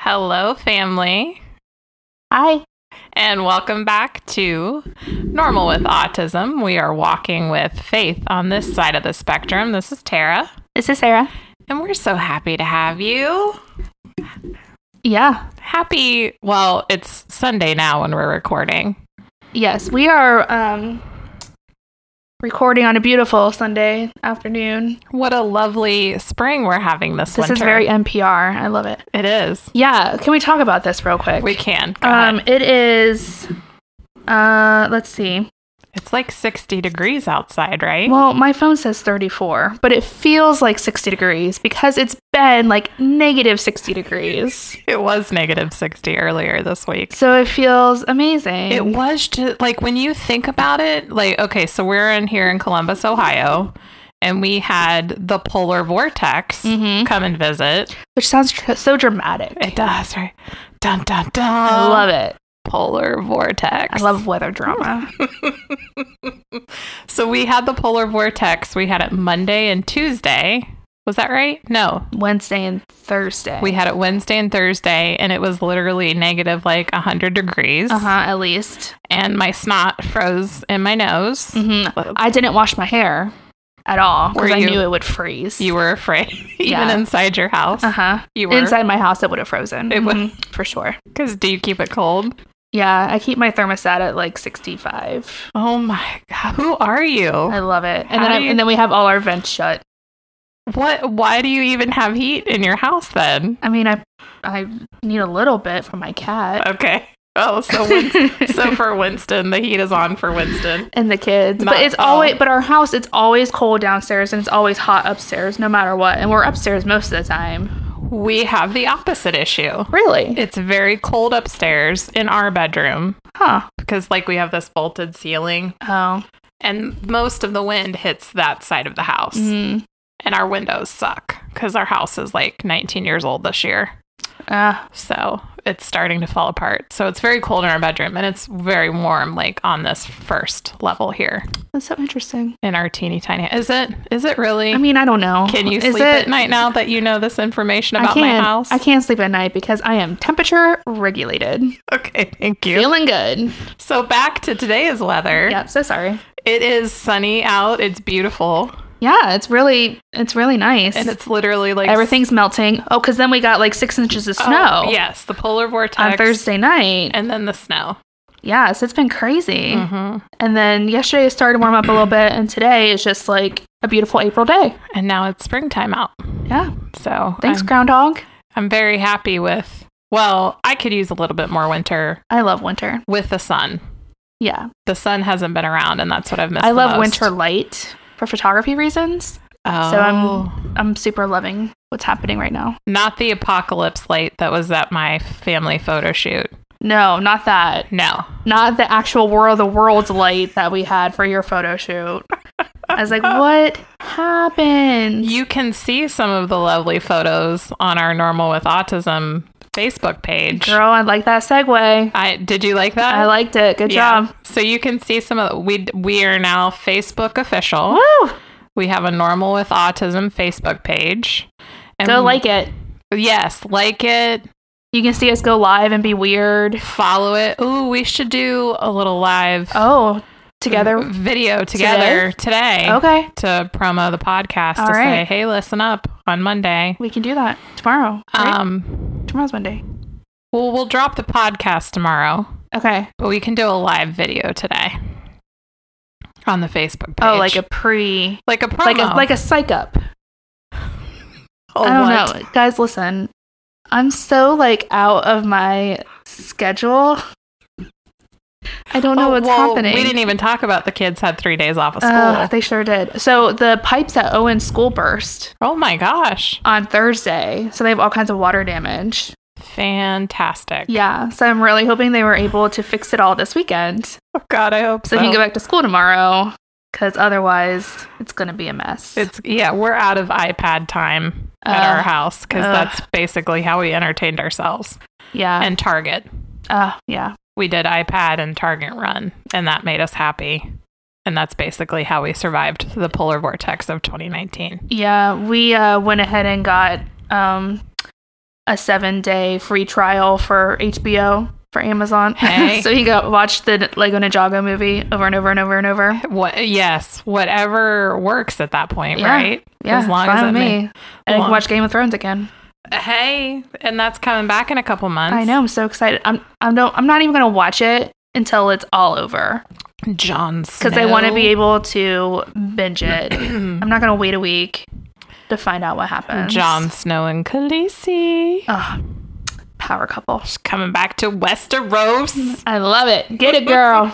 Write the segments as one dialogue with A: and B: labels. A: Hello, family,
B: Hi.
A: and welcome back to Normal with Autism. We are walking with Faith on this side of the spectrum. This is Tara,
B: This is Sarah.
A: and we're so happy to have you.
B: Yeah.
A: Happy, well, it's Sunday now when we're recording.
B: Yes, we are um recording on a beautiful Sunday afternoon.
A: What a lovely spring we're having this,
B: This
A: winter.
B: is very NPR. I love it.
A: it is.
B: Yeah, can we talk about this real quick?
A: We can. Go
B: um
A: ahead.
B: it is uh let's see.
A: It's like 60 degrees outside, right?
B: Well, my phone says 34, but it feels like 60 degrees because it's been like negative 60 degrees.
A: it was negative 60 earlier this week.
B: So it feels amazing.
A: It was just like when you think about it, like, okay, so we're in here in Columbus, Ohio, and we had the polar vortex
B: Mhm.
A: come and visit.
B: which sounds tr- so dramatic.
A: Mm-hmm. It does, right? Dun, dun, dun.
B: I love it.
A: polar vortex.
B: I love weather drama.
A: So we had the polar vortex. We had it Monday and Tuesday. Was that right? No.
B: Wednesday and Thursday.
A: We had it Wednesday and Thursday, and it was literally negative like 100 degrees.
B: Uh huh. At least.
A: And my snot froze in my nose.
B: hmm I didn't wash my hair at all
A: Were
B: because I
A: you-
B: knew it would freeze.
A: You were afraid, even
B: Yeah.
A: inside your house.
B: Uh huh.
A: You were
B: Inside my house, it would have frozen.
A: It would-
B: Mhm, for sure.
A: Because do you keep it cold?
B: Yeah, I keep my thermostat at like sixty-five.
A: Oh my god, who are you?
B: I love it. And
A: Oh. How
B: then
A: do
B: I,
A: you-
B: and then we have all our vents shut.
A: What? Why do you even have heat in your house then?
B: I mean, I I need a little bit for my cat
A: Okay. Oh, so Win- so for Winston, the heat is on for Winston.
B: and the kids,
A: Not
B: but it's
A: all.
B: always but our house it's always cold downstairs and it's always hot upstairs no matter what. And we're upstairs most of the time.
A: We have the opposite issue.
B: Really?
A: It's very cold upstairs in our bedroom
B: Huh.
A: because, like, we have this vaulted ceiling,
B: Oh.
A: and most of the wind hits that side of the house.
B: Mm.
A: And our windows suck because our house is like 19 years old this year.
B: Ah.
A: So it's starting to fall apart. So it's very cold in our bedroom and it's very warm, like on this first level here
B: that's so interesting.
A: in our teeny tiny. Is it? Is it really?
B: I mean, I don't know.
A: can you
B: Is
A: sleep
B: it-
A: at night now that you know this information
B: I
A: about my
B: can't-
A: house?
B: I can't sleep at night because I am temperature regulated.
A: Okay, thank you.
B: Feeling good.
A: So back to today's weather.
B: Yeah, so sorry.
A: It is sunny out. It's beautiful,
B: Yeah, it's really it's really nice.
A: and it's literally like
B: Everything's melting. Oh, because then we got like six inches of
A: Oh,
B: snow
A: Yes, the polar vortex
B: on Thursday night.
A: and then the snow.
B: Yeah, so it's been crazy.
A: hmm
B: And then yesterday it started to warm up a little bit, and today is just like a beautiful April day.
A: And now it's springtime out.
B: Yeah.
A: So
B: Thanks,
A: I'm-
B: groundhog.
A: I'm very happy with. Well, I could use a little bit more winter
B: I love winter.
A: with the sun.
B: Yeah,
A: The sun hasn't been around, and that's what I've missed.
B: I
A: the
B: love
A: most.
B: winter light for photography reasons.
A: Oh,
B: So I'm I'm super loving what's happening right now.
A: not the apocalypse light that was at my family photo shoot.
B: No, not that.
A: No,
B: not the actual world the world's light that we had for your photo shoot i was like what happened
A: you can see some of the lovely photos on our Normal with Autism Facebook page.
B: girl i like that segue
A: I did you like that?
B: i liked it good
A: Yeah.
B: job
A: So you can see some of we we are now Facebook official.
B: Woo!
A: We have a Normal with Autism Facebook page. And
B: go like it
A: Yes, like it,
B: you can see us go live and be weird
A: follow it. Ooh, we should do a little live
B: oh
A: Mm-hmm.
B: together
A: video together today,
B: okay
A: to promo the podcast
B: All
A: to say,
B: right.
A: "Hey, listen up on Monday."
B: we can do that tomorrow right?
A: Um,
B: tomorrow's monday
A: well, we'll drop the podcast tomorrow,
B: okay
A: but we can do a live video today on the Facebook page.
B: oh like a pre
A: like a promo,
B: like a like a psych up
A: Oh,
B: I don't
A: what?
B: know. Guys, listen. I'm so like out of my schedule. I don't know
A: Oh,
B: what's
A: well,
B: happening.
A: We didn't even talk about the kids had three days off of school.
B: Ugh, they sure did. So the pipes at Owen's school burst
A: oh my gosh,
B: on Thursday. So they have all kinds of water damage.
A: fantastic!
B: Yeah. So I'm really hoping they were able to fix it all this weekend.
A: Oh, God, I hope
B: So
A: so.
B: he can go back to school tomorrow. Cause otherwise it's gonna be a mess.
A: It's yeah, we're out of iPad time at
B: Ugh.
A: our house because
B: Ugh.
A: that's basically how we entertained ourselves.
B: yeah.
A: and Target,
B: uh yeah.
A: we did iPad and Target run, and that made us happy. And that's basically how we survived the polar vortex of 2019.
B: Yeah. We uh went ahead and got um a seven day free trial for HBO for Amazon.
A: Hey.
B: so he got watched the Lego Ninjago movie over and over and over and over.
A: What? Yes, whatever works at that point,
B: Yeah,
A: right?
B: Yeah,
A: as long
B: fine
A: as it
B: with me.
A: ma-
B: And I
A: Long-
B: can watch Game of Thrones again.
A: Hey, and that's coming back in a couple months.
B: I know. I'm so excited. I'm. I'm. No, I'm not even gonna watch it until it's all over
A: John
B: because I want to be able to binge it. I'm not gonna wait a week to find out what happens.
A: John Snow and Khaleesi
B: Ugh, power couple.
A: coming back to Westeros.
B: I love it. Get it, girl.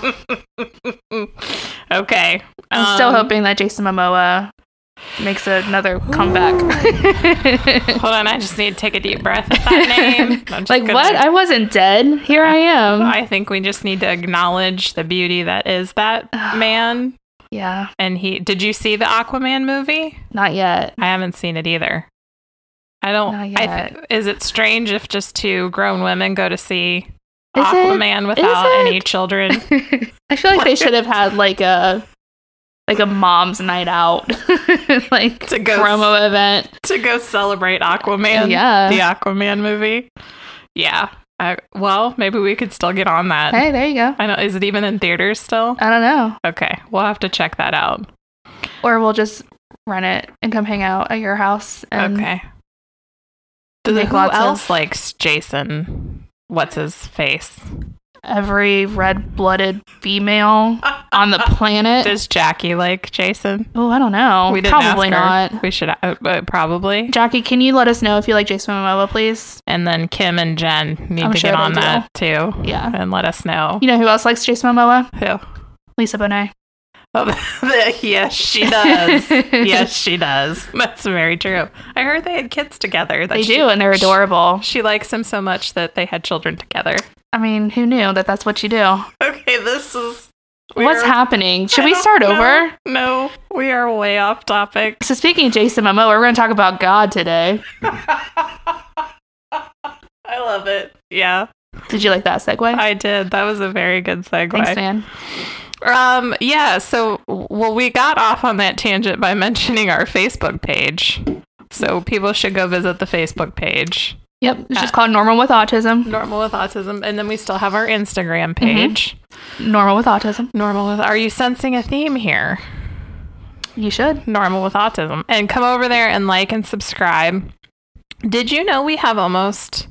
A: Okay,
B: I'm still
A: um,
B: hoping that Jason Momoa makes another comeback.
A: Hold on, I just need to take a deep breath at that name. I'm just
B: like
A: gonna-
B: what? I wasn't dead. Here I am.
A: I think we just need to acknowledge the beauty that is that man.
B: Yeah,
A: And he did you see the Aquaman movie?
B: not yet.
A: I haven't seen it either. I don't.
B: Not
A: I th- is it strange if just two grown women go to see
B: Is it?
A: Aquaman without
B: it?
A: any children?
B: I feel like they should have had like a like a mom's night out, like
A: To go
B: promo event.
A: to go celebrate Aquaman.
B: Yeah.
A: The Aquaman movie. Yeah. I, well, maybe we could still get on that.
B: Hey, Uh, there you go.
A: I know. Is it even in theaters still?
B: I don't know,
A: Okay. We'll have to check that out.
B: or we'll just rent it and come hang out at your house. And
A: okay. Does
B: make
A: who
B: lots of-
A: else likes Jason? What's his face?
B: Every red-blooded female
A: Uh,
B: on the planet.
A: Does Jackie like Jason?
B: Oh, I don't know.
A: We didn't ask
B: Probably
A: her.
B: not.
A: We should uh, uh, probably.
B: Jackie, can you let us know if you like Jason Momoa, please?
A: And then Kim and Jen need
B: I'm
A: to
B: sure
A: get
B: they
A: on
B: do.
A: that too
B: Yeah.
A: and let us know.
B: You know who else likes Jason Momoa?
A: Who?
B: Lisa Bonet.
A: Oh, yes, she does. yes, she does. That's very true. I heard they had kids together. That
B: They
A: she-
B: do, and they're adorable.
A: She likes him so much that they had children together.
B: I mean, who knew that that's what you do?
A: Okay, this is
B: What's
A: happening?
B: happening? Should we
A: I don't
B: start
A: know.
B: over?
A: No, we are way off topic.
B: So speaking of Jason Momoa, we're going to talk about God today.
A: I love it. Yeah,
B: Did you like that segue?
A: I did. That was a very good segue.
B: Thanks, man.
A: Um, yeah, so well we got off on that tangent by mentioning our Facebook page. So people should go visit the Facebook page.
B: Yep, it's just called Normal with Autism.
A: Normal with autism and then we still have our
B: Mm-hmm.
A: Instagram page.
B: Normal with Autism.
A: Normal with Are you sensing a theme here?
B: You should.
A: Normal with autism. And come over there and like and subscribe. Did you know we have almost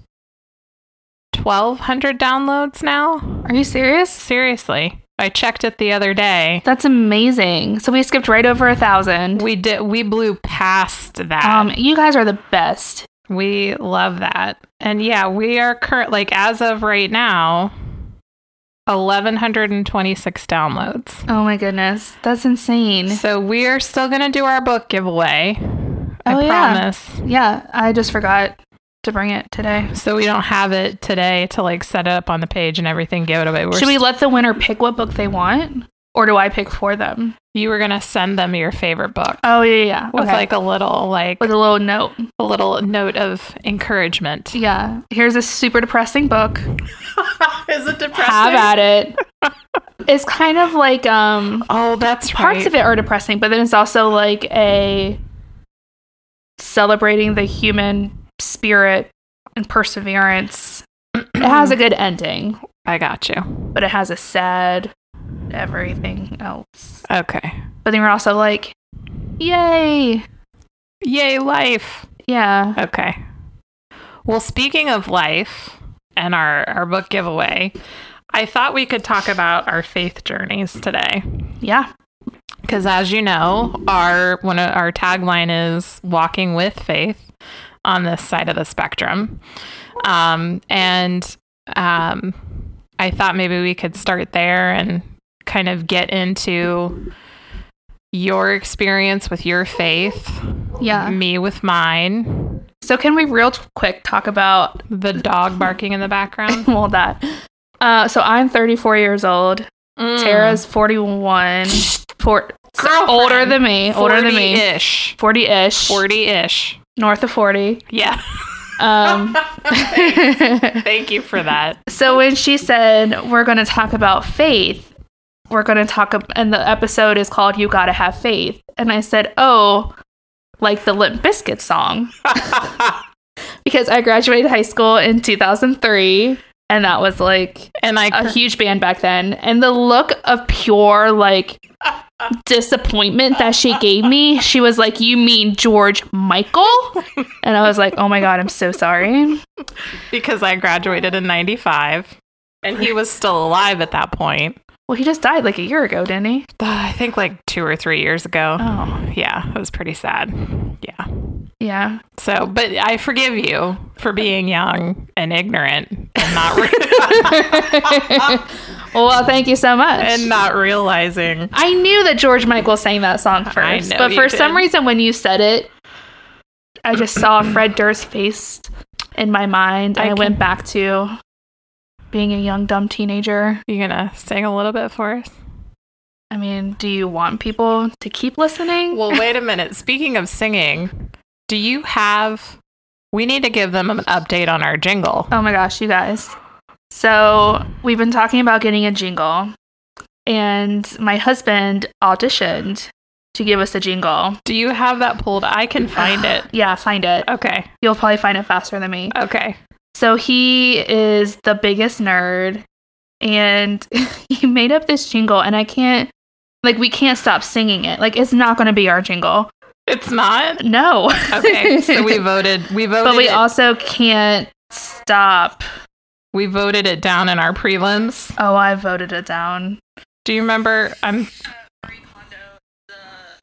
A: 1200 downloads now?
B: Are you serious?
A: Seriously. I checked it the other day.
B: That's amazing. So we skipped right over a thousand.
A: We did we blew past that.
B: Um, you guys are the best.
A: We love that. And yeah, we are current like as of right now 1126 downloads.
B: Oh my goodness, that's insane.
A: So we are still going to do our book giveaway.
B: Oh,
A: I
B: yeah.
A: promise.
B: Yeah, I just forgot to bring it today.
A: So we don't have it today to like set it up on the page and everything give it away. We're
B: Should we let the winner pick what book they want, or do I pick for them?
A: you were going to send them your favorite book
B: Oh yeah, yeah. yeah.
A: with
B: Okay.
A: like a little like
B: with a little note.
A: a little note of encouragement.
B: Yeah. Here's a super depressing book.
A: Is it depressing?
B: Have at it. it's kind of like um
A: Oh, that's
B: parts
A: right.
B: of it are depressing, but then it's also like a celebrating the human spirit and perseverance. it has a good ending,
A: I got you.
B: but it has a sad everything else.
A: Okay.
B: But then you're also like, yay.
A: Yay life.
B: Yeah.
A: Okay. Well, speaking of life and our, our book giveaway, I thought we could talk about our faith journeys today.
B: Yeah.
A: Because as you know, our one of our tagline is walking with faith on this side of the spectrum. Um, and um, I thought maybe we could start there and kind of get into your experience with your faith,
B: Yeah.
A: me with mine,
B: So can we real t- quick talk about
A: the dog barking in the background.
B: well that? Uh, so I'm 34 years old. Tara's 41. Four, so
A: Mm. Girlfriend.
B: older than me.
A: Mm,
B: Older than me.
A: ish,
B: 40 ish.
A: forty ish.
B: North of 40.
A: Yeah.
B: Um,
A: Thank you for that.
B: so when she said, we're going to talk about faith, we're going to talk, ab- and the episode is called You Gotta Have Faith. And I said, oh, like the Limp Biscuit song. because I graduated high school in 2003 and that was like
A: And I
B: a huge band back then and the look of pure like disappointment that she gave me she was like you mean george michael and i was like oh my god i'm so sorry
A: because I graduated in 95 and he was still alive at that point.
B: well he just died like a year ago didn't he
A: I think like 2 or 3 years ago.
B: oh
A: Yeah, it was pretty sad. Yeah.
B: yeah
A: So, but I forgive you for being young and ignorant and not re-
B: well thank you so much
A: and not realizing.
B: i knew that george michael sang that song
A: I
B: first
A: know
B: but
A: you
B: for some
A: did.
B: reason when you said it i just saw fred durst's face in my mind and
A: I
B: i, went
A: can-
B: back to being a young dumb teenager
A: You gonna sing a little bit for us?
B: I mean, do you want people to keep listening?
A: Well, wait a minute. Speaking of singing, do you have? We need to give them an update on our jingle.
B: oh my gosh, you guys. So, we've been talking about getting a jingle, and my husband auditioned to give us a jingle.
A: Do you have that pulled? I can find it.
B: Yeah, find it.
A: Okay.
B: You'll probably find it faster than me.
A: Okay.
B: So, he is the biggest nerd, and he made up this jingle, and I can't, like, we can't stop singing it. Like, it's not going to be our jingle.
A: It's not.
B: No.
A: Okay. So we voted. We voted.
B: but we
A: it,
B: also can't stop.
A: we voted it down in our prelims.
B: Oh, I voted it down.
A: Do you remember? I'm.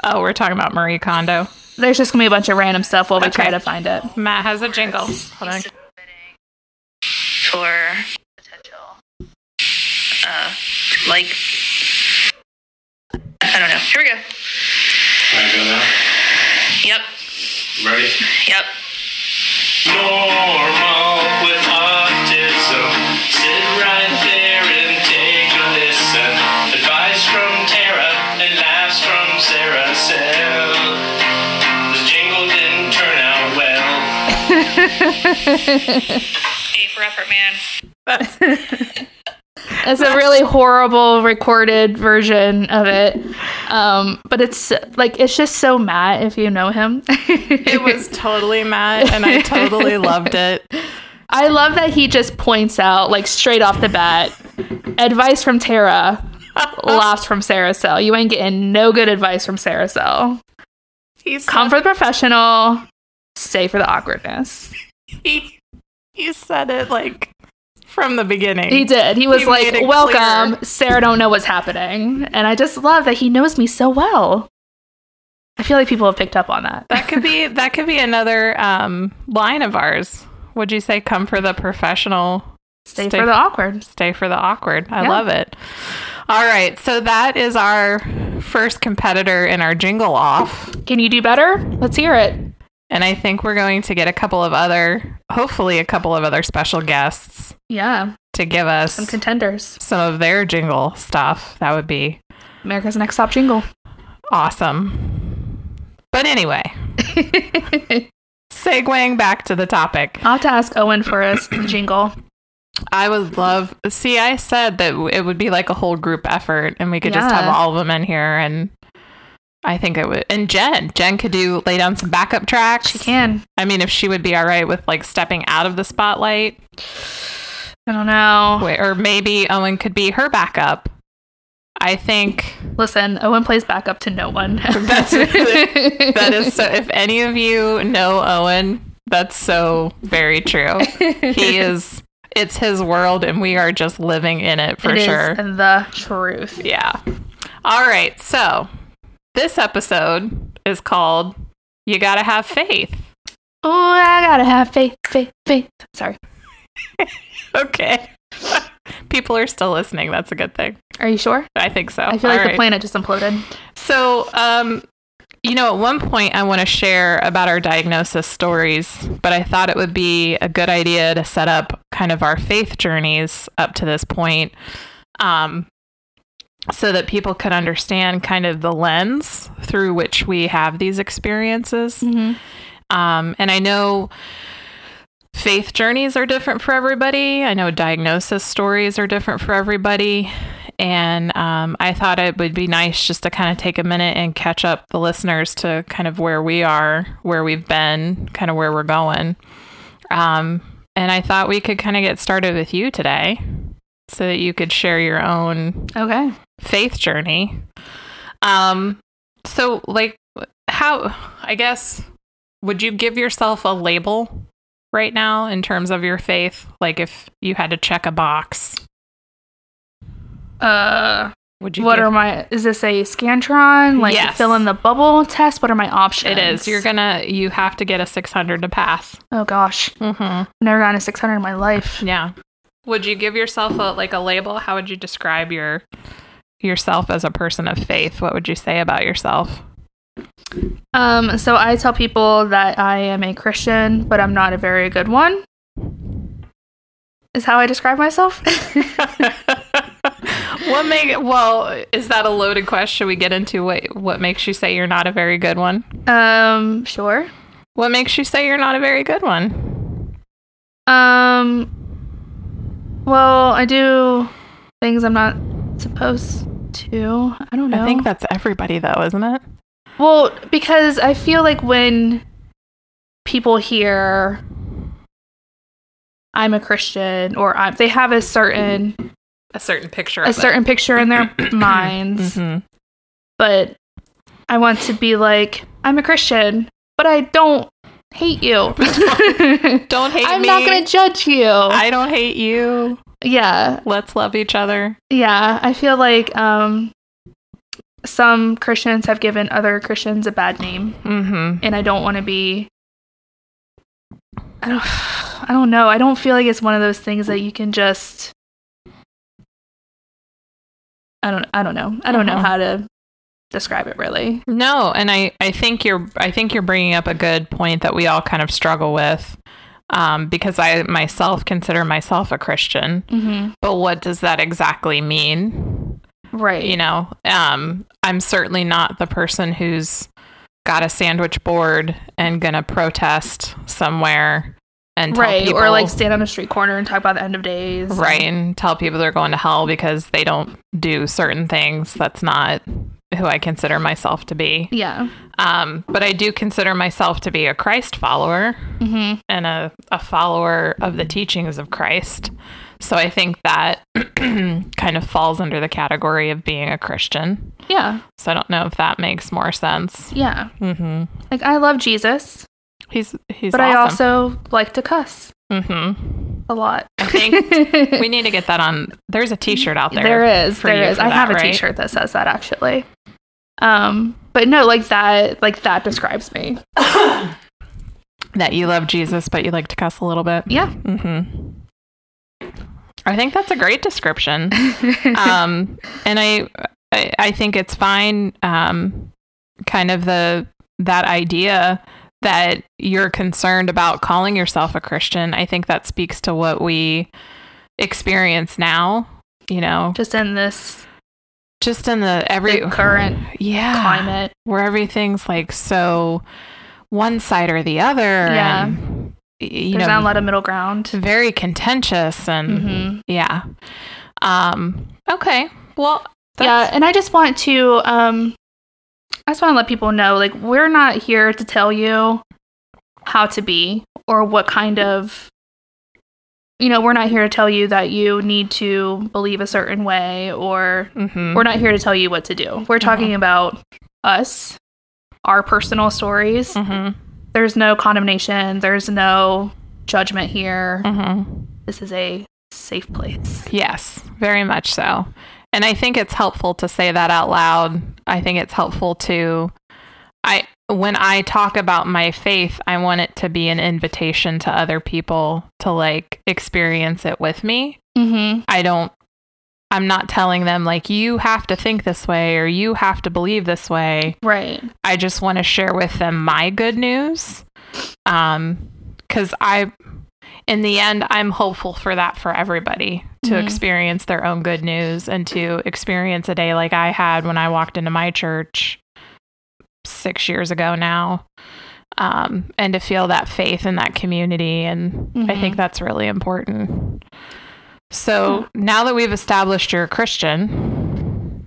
A: Oh, we're talking about Marie Kondo.
B: There's just gonna be a bunch of random stuff while we try
A: Okay.
B: to find it.
A: Matt has a jingle. Hold on.
C: for potential. Uh, like, I don't know. Here we go.
D: Can I go now?
C: Yep,
D: Ready?
C: yep.
D: Normal with autism. Sit right there and take a listen. Advice from Tara and laughs from Sarah Sell. The jingle didn't turn out well.
C: A for effort, man.
B: It's a really horrible recorded version of it, um, but it's like it's just so Matt if you know him.
A: It was totally Matt, and I totally loved it.
B: I love that he just points out like straight off the bat, advice from Tara, laughs from Sarah Cell. You ain't getting no good advice from Sarah Cell.
A: He's
B: Come for the professional, stay for the awkwardness.
A: he, he said it like from the beginning.
B: He did. He was
A: He
B: like,
A: made it
B: "Welcome,
A: clear.
B: Sarah. Don't know what's happening," and I just love that he knows me so well. I feel like people have picked up on that.
A: That could be that could be another um, line of ours. Would you say come for the professional,
B: Stay,
A: stay-
B: for the awkward.
A: stay for the awkward? I
B: Yeah.
A: love it. All right, so that is our first competitor in our jingle off,
B: Can you do better? Let's hear it.
A: and I think we're going to get a couple of other, hopefully a couple of other special guests
B: Yeah,
A: to give us
B: some contenders.
A: some of their jingle stuff. That would be
B: America's Next Top Jingle.
A: awesome. But anyway, segueing back to the topic.
B: I'll have to ask Owen for a s- jingle.
A: I would love. See, I said that w- it would be like a whole group effort, and we could just have
B: Yeah.
A: all of them in here. And I think it would. And Jen, Jen could do lay down some backup tracks.
B: She can.
A: I mean, if she would be all right with like stepping out of the spotlight,
B: I don't know.
A: wait, or maybe Owen could be her backup. I think
B: Listen, Owen plays backup to no one.
A: That's- that is so. If any of you know Owen, that's so very true. He is. It's his world, and we are just living in it for
B: It is
A: sure.
B: the truth.
A: Yeah. All right. So this episode is called You Gotta Have Faith.
B: Oh, I gotta have faith, faith, faith. Sorry.
A: Okay. People are still listening. That's a good thing.
B: Are you sure?
A: I think so.
B: I feel like
A: All
B: the
A: right.
B: planet just imploded.
A: So, um, you know, at one point I want to share about our diagnosis stories, but I thought it would be a good idea to set up kind of our faith journeys up to this point um, so that people could understand kind of the lens through which we have these experiences. Um, and I know faith journeys are different for everybody. I know diagnosis stories are different for everybody. And um, I thought it would be nice just to kind of take a minute and catch up the listeners to kind of where we are, where we've been, kind of where we're going. Um, and I thought we could kind of get started with you today so that you could share your own
B: Okay.
A: faith journey. Um, so, like, how, I guess, would you give yourself a label right now in terms of your faith? Like, if you had to check a box,
B: Uh,
A: would you?
B: what
A: give-
B: are my? Is this a scantron? Like
A: Yes.
B: fill in the bubble test? What are my
A: it
B: options?
A: is. You're gonna. You have to get a 600 to pass.
B: Oh gosh,
A: Mm-hmm.
B: never gotten a 600 in my life.
A: Yeah. Would you give yourself a like a label? How would you describe your yourself as a person of faith? What would you say about yourself?
B: Um, so I tell people that I am a Christian, but I'm not a very good one. Is how I describe myself.
A: what make well is that a loaded question? Should we get into what what makes you say you're not a very good one?
B: um, sure.
A: What makes you say you're not a very good one?
B: Um, well, I do things I'm not supposed to. I don't know.
A: I think that's everybody though, isn't it?
B: Well, because I feel like when people hear I'm a Christian or I'm, they have a certain
A: A certain picture
B: a certain picture in their minds,
A: hmm
B: but I want to be like I'm a Christian, but I don't hate you.
A: Don't hate
B: I'm
A: me.
B: not going to judge you.
A: I don't hate you.
B: yeah.
A: Let's love each other.
B: Yeah, I feel like um some Christians have given other Christians a bad name
A: Mm-hmm.
B: and I don't want to be I don't I don't know. I don't feel like it's one of those things that you can just I don't I don't know. I don't know
A: Mhm.
B: how to describe it really.
A: No, and I, I think you're I think you're bringing up a good point that we all kind of struggle with, um, because I myself consider myself a Christian,
B: Mhm.
A: but what does that exactly mean?
B: Right.
A: You know, um, I'm certainly not the person who's got a sandwich board and gonna protest somewhere and tell
B: right,
A: people
B: or like stand on a street corner and talk about the end of days.
A: right and tell people they're going to hell because they don't do certain things. That's not who I consider myself to be.
B: Yeah.
A: Um, but I do consider myself to be a Christ follower
B: Mhm.
A: and a, a follower of the teachings of Christ. So I think that kind of falls under the category of being a Christian.
B: Yeah.
A: So I don't know if that makes more sense.
B: Yeah.
A: Mm-hmm.
B: Like I love Jesus,
A: He's he's
B: but I
A: awesome.
B: also like to cuss.
A: mm-hmm.
B: a lot.
A: I think we need to get that on. There's a T-shirt out there.
B: there is,
A: for
B: there
A: you
B: is.
A: for
B: I
A: that,
B: have a
A: right?
B: shirt that says that actually. Um, but no, like that, like that describes me.
A: that you love Jesus, but you like to cuss a little bit.
B: Yeah.
A: Mm-hmm. I think that's a great description. um, and I, I I think it's fine. Um, kind of the that idea that you're concerned about calling yourself a Christian. I think that speaks to what we experience now. You know,
B: Just in this
A: just in the every
B: the current
A: yeah
B: climate.
A: where everything's like so one side or the other.
B: Yeah.
A: and, y- you
B: There's
A: know,
B: not a lot of middle ground.
A: very contentious and
B: hmm
A: yeah. Um. Okay. Well.
B: Yeah, and I just want to, um, I just want to let people know, like, we're not here to tell you how to be or what kind of, you know, we're not here to tell you that you need to believe a certain way or
A: Mm-hmm.
B: We're not here to tell you what to do. We're talking about us, our personal stories.
A: Mm-hmm.
B: There's no condemnation, there's no judgment here.
A: Mm-hmm.
B: This is a safe place.
A: Yes. Very much so. And I think it's helpful to say that out loud. I think it's helpful to I when I talk about my faith, I want it to be an invitation to other people to like experience it with me.
B: Mm-hmm.
A: I don't I'm not telling them like you have to think this way or you have to believe this way.
B: Right.
A: I just want to share with them my good news. Um cuz I in the end I'm hopeful for that for everybody to
B: Mhm.
A: experience their own good news and to experience a day like I had when I walked into my church 6 years ago now. Um, and to feel that faith in that community and I
B: Mhm.
A: think that's really important. So, now that we've established you're a Christian,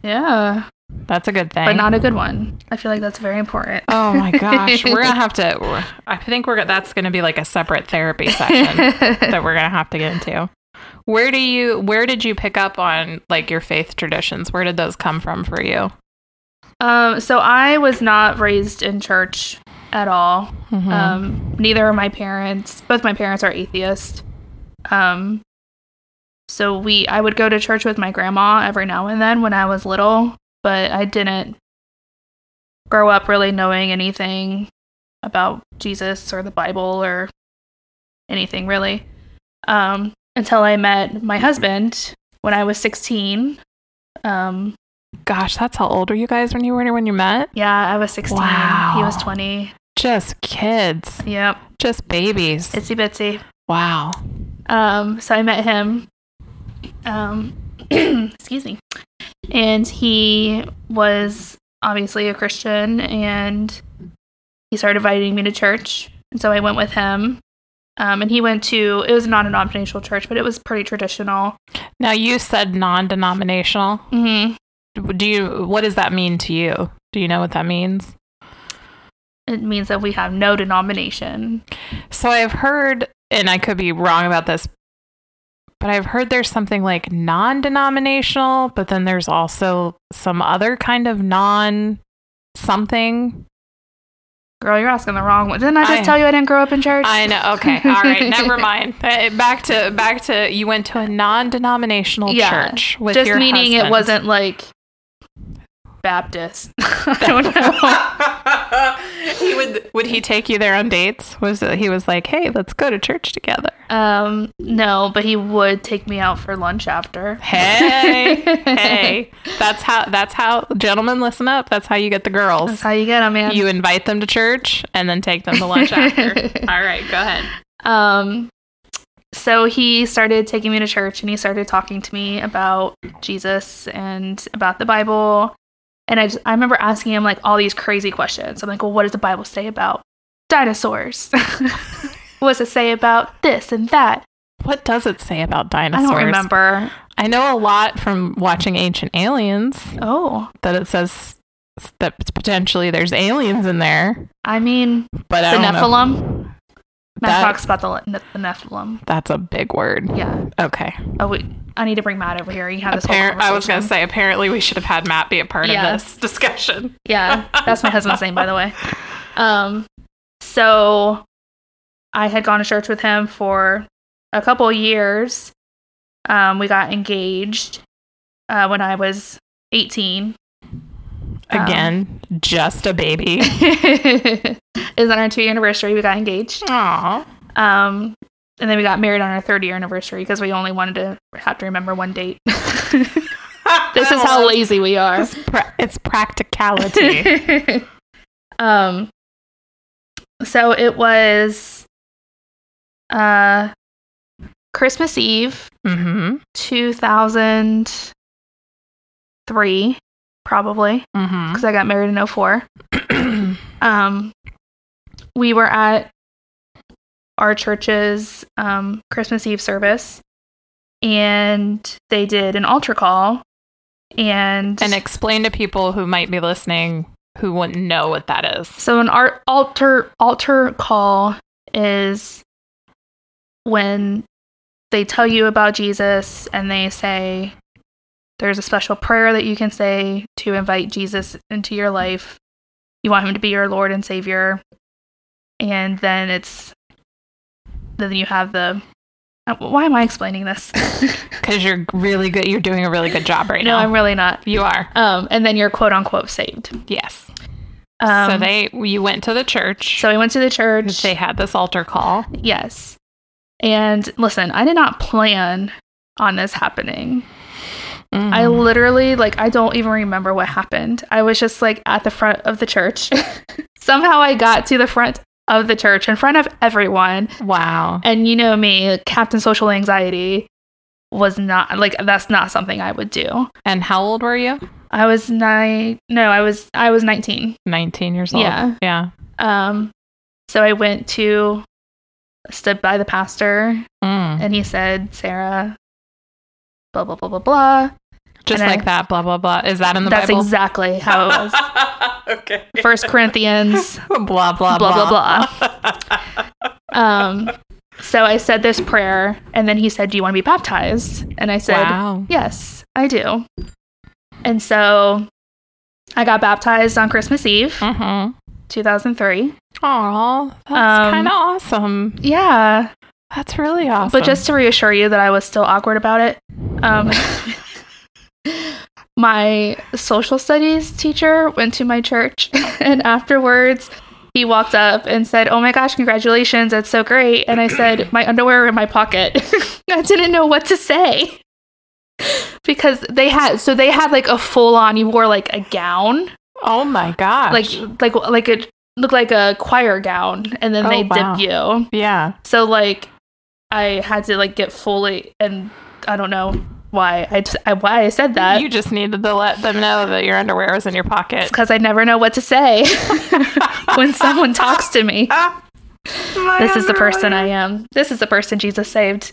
B: Yeah.
A: That's a good thing.
B: but not a good one. I feel like that's very important.
A: Oh my gosh, we're gonna have to. I think we're gonna- that's gonna be like a separate therapy session that we're gonna have to get into. Where do you? Where did you pick up on like your faith traditions? Where did those come from for you?
B: um, so I was not raised in church at all.
A: Mhm.
B: Um, neither of my parents, both my parents are atheist. Um, so we, I would go to church with my grandma every now and then when I was little, but I didn't grow up really knowing anything about Jesus or the Bible or anything really. Um, until I met my husband when I was 16. Um,
A: gosh, that's how old were you guys when you were when you met?
B: yeah, I was 16. He was
A: Wow.
B: 20.
A: Just kids,
B: Yep.
A: just babies.
B: Itsy bitsy.
A: wow.
B: Um, so I met him. Um, excuse me. And he was obviously a Christian, and he started inviting me to church. And so I went with him. Um, and he went to it was not a non-denominational church, but it was pretty traditional.
A: Now you said non-denominational.
B: hmm
A: Do you? What does that mean to you? Do you know what that means?
B: It means that we have no denomination.
A: So I've heard, and I could be wrong about this, but I've heard there's something like non denominational, but then there's also some other kind of non something.
B: Girl, you're asking the wrong one. Didn't I just
A: I-
B: tell you I didn't grow up in church?
A: I know. Okay. All right. Never mind. Eh, Back to, back to, you went to a non denominational
B: Yeah,
A: church with
B: just
A: your
B: meaning it
A: husband.
B: wasn't like Baptist. I don't know.
A: he would would he take you there on dates? Was it, he was like, "Hey, let's go to church together."
B: Um, no, but he would take me out for lunch after.
A: Hey, hey, that's how that's how gentlemen listen up. That's how you get the girls.
B: That's how you get them, man.
A: You invite them to church and then take them to lunch after. All right, go ahead.
B: um, so he started taking me to church and he started talking to me about Jesus and about the Bible. And I just, I remember asking him like all these crazy questions. I'm like, well, what does the Bible say about dinosaurs? what does it say about this and that?
A: What does it say about
B: I
A: dinosaurs?
B: don't remember.
A: I know a lot from watching Ancient Aliens
B: Oh,
A: that it says s- that potentially there's aliens in there,
B: I mean,
A: but I
B: the
A: don't know.
B: Nephilim. Matt
A: That-
B: talks about the, the Nephilim.
A: That's a big word.
B: Yeah.
A: Okay.
B: Oh, wait. I need to bring Matt over here. You have this
A: Appar-
B: whole
A: I was going to
B: conversation.
A: say apparently we should have had Matt be a part
B: Yeah.
A: of this discussion.
B: Yeah, that's my husband's name, by the way. Um, so I had gone to church with him for a couple years. Um, we got engaged uh, when I was 18. Um,
A: Again, just a baby.
B: it was on our two year anniversary. We got engaged.
A: Aw.
B: Um, and then we got married on our third year anniversary because we only wanted to have to remember one date. this is how lazy we are.
A: It's, pra- it's practicality.
B: um so it was uh Christmas Eve
A: mm-hmm.
B: 2003 probably
A: Mm-hmm.
B: cuz I got married in 04. Um we were at our church's um Christmas Eve service and they did an altar call and
A: and explain to people who might be listening who wouldn't know what that is.
B: So an ar- altar altar call is when they tell you about Jesus and they say there's a special prayer that you can say to invite Jesus into your life. You want him to be your Lord and Savior. And then it's then you have the uh, why am I explaining this?
A: Because you're really good. You're doing a really good job right
B: no,
A: now.
B: I'm really not.
A: you are.
B: Um, and then you're quote unquote saved.
A: Yes.
B: Um,
A: so they, you went to the church.
B: so I went to the church.
A: they had this altar call.
B: Yes. And listen, I did not plan on this happening. I
A: Mhm.
B: literally, like, I don't even remember what happened. I was just, like, at the front of the church. Somehow I got to the front of the church in front of everyone.
A: wow.
B: And you know me, Captain Social Anxiety was not, like, that's not something I would do.
A: And how old were you?
B: I was nine, no, I was, I was 19.
A: 19 years old.
B: Yeah.
A: Yeah.
B: Um, so I went to, stood by the pastor
A: Mm.
B: and he said, Sarah, blah, blah, blah, blah, blah.
A: just
B: And I-
A: like that, blah blah blah. Is that in the
B: That's
A: Bible?
B: exactly how it was.
A: okay.
B: First Corinthians,
A: blah blah blah
B: blah blah blah. um, so I said this prayer, and then he said, "Do you want to be baptized?" And I said,
A: Wow.
B: "Yes, I do." And so I got baptized on Christmas Eve,
A: Mm-hmm.
B: 2003.
A: Aw, that's
B: Um,
A: kind of awesome.
B: Yeah,
A: That's really awesome.
B: but just to reassure you that I was still awkward about it. Um, my social studies teacher went to my church, and afterwards, he walked up and said, "Oh my gosh, congratulations! That's so great!" And I said, "My underwear were in my pocket." I didn't know what to say because they had so they had like a full on. You wore like a gown,
A: oh my gosh,
B: like like like it looked like a choir gown, and then
A: Oh,
B: they
A: wow.
B: dip you.
A: yeah,
B: So like, I had to like get fully, and I don't know why I, I why I said that.
A: you just needed to let them know that your underwear was in your pocket.
B: because I never know what to say when someone talks to me. This is the person I am. This is the person Jesus saved.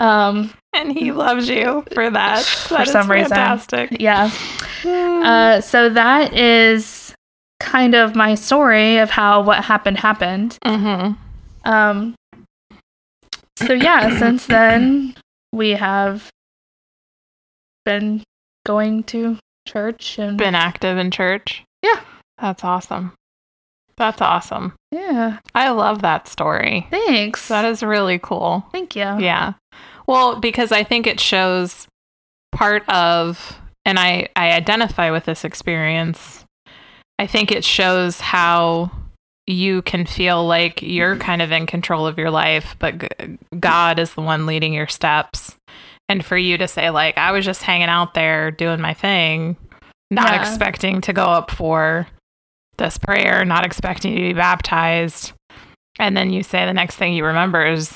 B: Um,
A: and he loves you for that.
B: For
A: That is
B: some reason.
A: fantastic.
B: yeah.
A: Hmm.
B: Uh, so that is kind of my story of how what happened happened.
A: hmm
B: Um, so yeah, since then we have been going to church and
A: Been active in church.
B: Yeah.
A: that's awesome. That's awesome.
B: yeah.
A: I love that story.
B: Thanks.
A: That is really cool.
B: Thank you.
A: Yeah. Well, because I think it shows part of and I I identify with this experience. I think it shows how you can feel like you're kind of in control of your life, but g- God is the one leading your steps. And for you to say like I was just hanging out there doing my thing, not
B: Yeah.
A: expecting to go up for this prayer, not expecting to be baptized. And then you say the next thing you remember is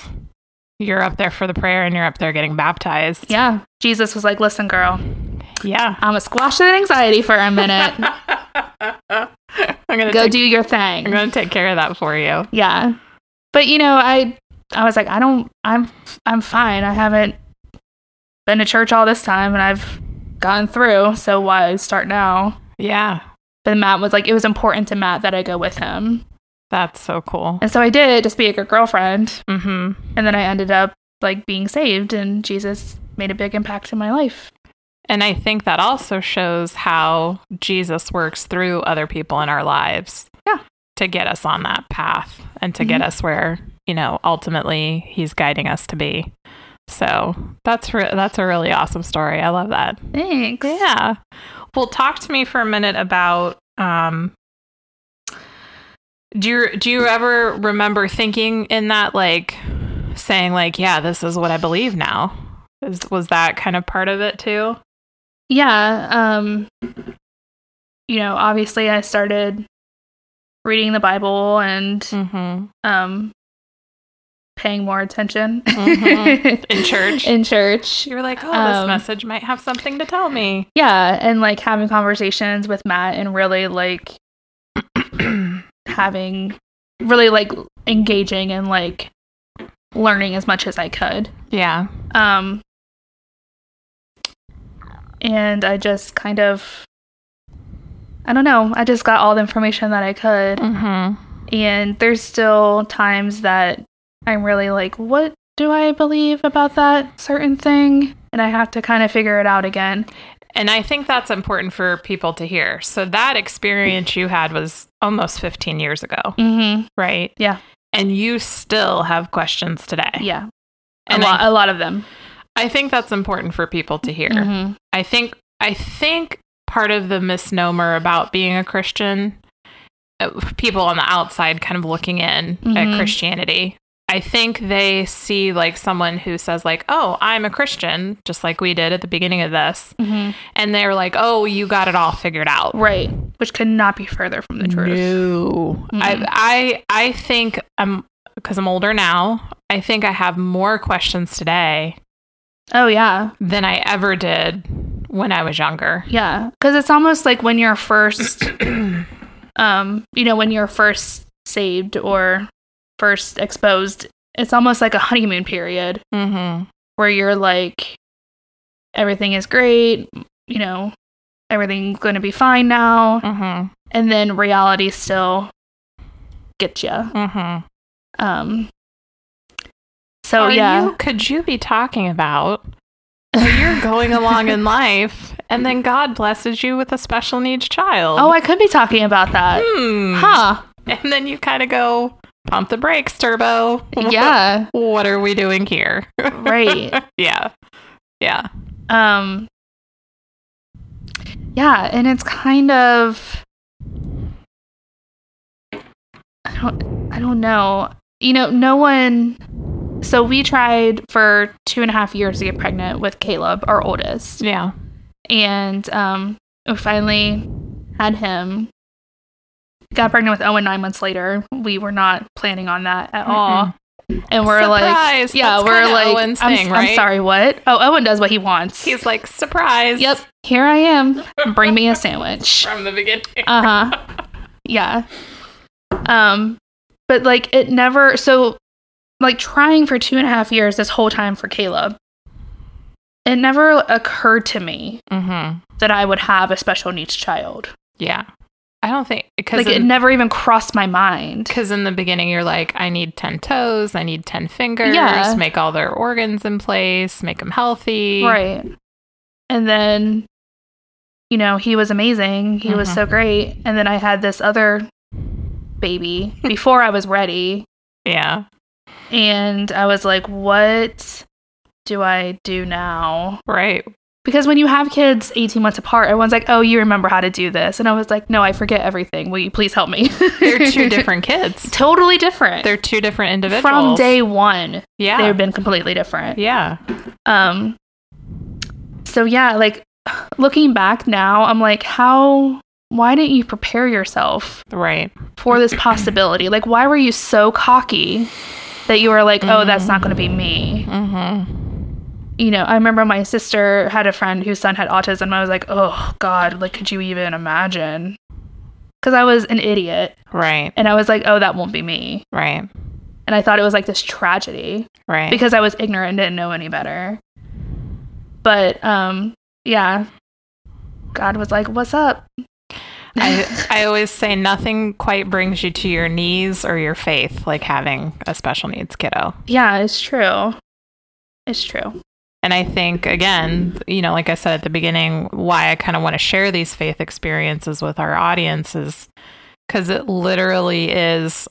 A: you're up there for the prayer and you're up there getting baptized.
B: Yeah. Jesus was like, listen, girl,
A: Yeah.
B: I'm going to squash that anxiety for a minute.
A: I'm gonna
B: Go
A: take,
B: do your
A: I'm
B: thing.
A: gonna take care of that for you.
B: Yeah. But, you know, I I was like, I don't, I'm, I'm fine. I haven't been to church all this time and I've gotten through. So why start now?
A: Yeah.
B: But Matt was like, it was important to Matt that I go with him.
A: That's so cool.
B: And so I did, just be a good girlfriend.
A: hmm
B: And then I ended up like being saved and Jesus made a big impact in my life.
A: And I think that also shows how Jesus works through other people in our lives.
B: Yeah. Mm-hmm.
A: To get us on that path and to get us where, you know, ultimately he's guiding us to be. So that's re- that's a really awesome story. I love that.
B: Thanks.
A: Yeah. Well, talk to me for a minute about um do you do you ever remember thinking in that like saying like, yeah, this is what I believe now? Is, was that kind of part of it too?
B: yeah um you know obviously i started reading the bible and
A: Mhm.
B: um paying more attention
A: Mhm. In church.
B: in church
A: You were like, "Oh,
B: Um,
A: this message might have something to tell me."
B: yeah and like having conversations with matt and really like having really like engaging and like learning as much as i could
A: Yeah.
B: Um, and I just kind of, I don't know, I just got all the information that I could.
A: Mhm.
B: Mm-hmm. And there's still times that I'm really like, what do I believe about that certain thing? And I have to kind of figure it out again.
A: And I think that's important for people to hear. So that experience you had was almost 15 years ago,
B: Mm-hmm.
A: right?
B: Yeah.
A: And you still have questions today.
B: Yeah.
A: And
B: a, lot,
A: I,
B: a lot of them.
A: I think that's important for people to hear.
B: Mhm.
A: I think I think part of the misnomer about being a Christian, uh, people on the outside kind of looking in
B: Mhm.
A: at Christianity, I think they see like someone who says like, "Oh, I'm a Christian," just like we did at the beginning of this,
B: Mhm.
A: and they're like, "Oh, you got it all figured out."
B: Right. Which could not be further from the truth.
A: No.
B: Mm.
A: I I I think I'm because I'm older now. I think I have more questions today
B: Oh, yeah.
A: than I ever did when I was younger.
B: Yeah, because it's almost like when you're first, um, you know, when you're first saved or first exposed, it's almost like a honeymoon period
A: Mm-hmm.
B: where you're like, everything is great, you know, everything's going to be fine now.
A: Mhm.
B: And then reality still gets you.
A: Mhm.
B: Um, so,
A: Are
B: Oh, yeah.
A: you- could you be talking about how you're going along in life and then God blesses you with a special needs child?
B: oh, I could be talking about that.
A: Hmm.
B: Huh.
A: And then you kind of go pump the brakes, turbo.
B: Yeah.
A: what are we doing here?
B: right.
A: yeah. Yeah.
B: um yeah and it's kind of i don't i don't know you know no one so we tried for two and a half years to get pregnant with caleb our oldest
A: Yeah.
B: and um we finally had him got pregnant with owen nine months later we were not planning on that at all and we're
A: Surprise!
B: like yeah
A: That's
B: we're
A: kinda
B: like
A: Owen's
B: I'm,
A: thing,
B: I'm
A: right?
B: sorry what oh owen does what he wants
A: He's like, surprise.
B: Yep, here I am. Bring me a sandwich.
A: From the beginning.
B: Uh huh. Yeah. Um, but like it never. So, like trying for two and a half years this whole time for Caleb, it never occurred to me
A: Mm-hmm.
B: that I would have a special needs child.
A: Yeah. I don't think because
B: Like it never even crossed my mind.
A: Because in the beginning, you're like, I need 10 toes, I need 10 fingers,
B: Yeah.
A: make all their organs in place, make them healthy.
B: Right. And then, you know, he was amazing. He was
A: Mhm.
B: so great. And then I had this other baby before I was ready.
A: Yeah.
B: and I was like, what do I do now?
A: Right.
B: Because when you have kids 18 months apart, everyone's like, oh, you remember how to do this. And I was like, no, I forget everything. Will you please help me?
A: They're two different kids.
B: totally different.
A: They're two different individuals.
B: From day one,
A: Yeah.
B: they've been completely different.
A: Yeah.
B: Um, so, yeah, like looking back now, I'm like, how, why didn't you prepare yourself
A: Right.
B: for this possibility? like, why were you so cocky that you were like, oh, that's not going to be me?
A: Mm-hmm.
B: you know, I remember my sister had a friend whose son had autism. And I was like, oh God, like, could you even imagine? Because I was an idiot.
A: Right.
B: And I was like, oh, that won't be me.
A: Right.
B: And I thought it was like this tragedy
A: Right.
B: because I was ignorant and didn't know any better. But um, yeah, God was like, what's up?
A: I, I always say nothing quite brings you to your knees or your faith like having a special needs kiddo.
B: Yeah, it's true. It's true.
A: And I think, again,
B: Mm-hmm.
A: you know, like I said at the beginning, why I kind of want to share these faith experiences with our audience is because it literally is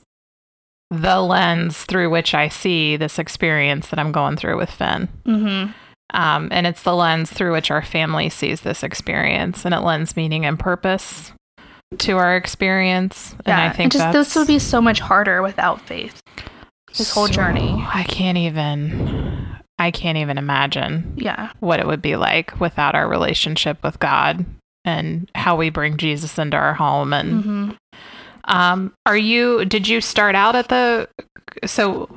A: the lens through which I see this experience that I'm going through with Finn.
B: Mm-hmm.
A: Um, and it's the lens through which our family sees this experience, and it lends meaning and purpose to our experience.
B: Yeah.
A: and I think
B: just
A: that's
B: this would be so much harder without faith. this whole journey.
A: I can't even. I can't even imagine
B: Yeah.
A: what it would be like without our relationship with God and how we bring Jesus into our home. And
B: Mm-hmm.
A: um, are you? Did you start out at the? So,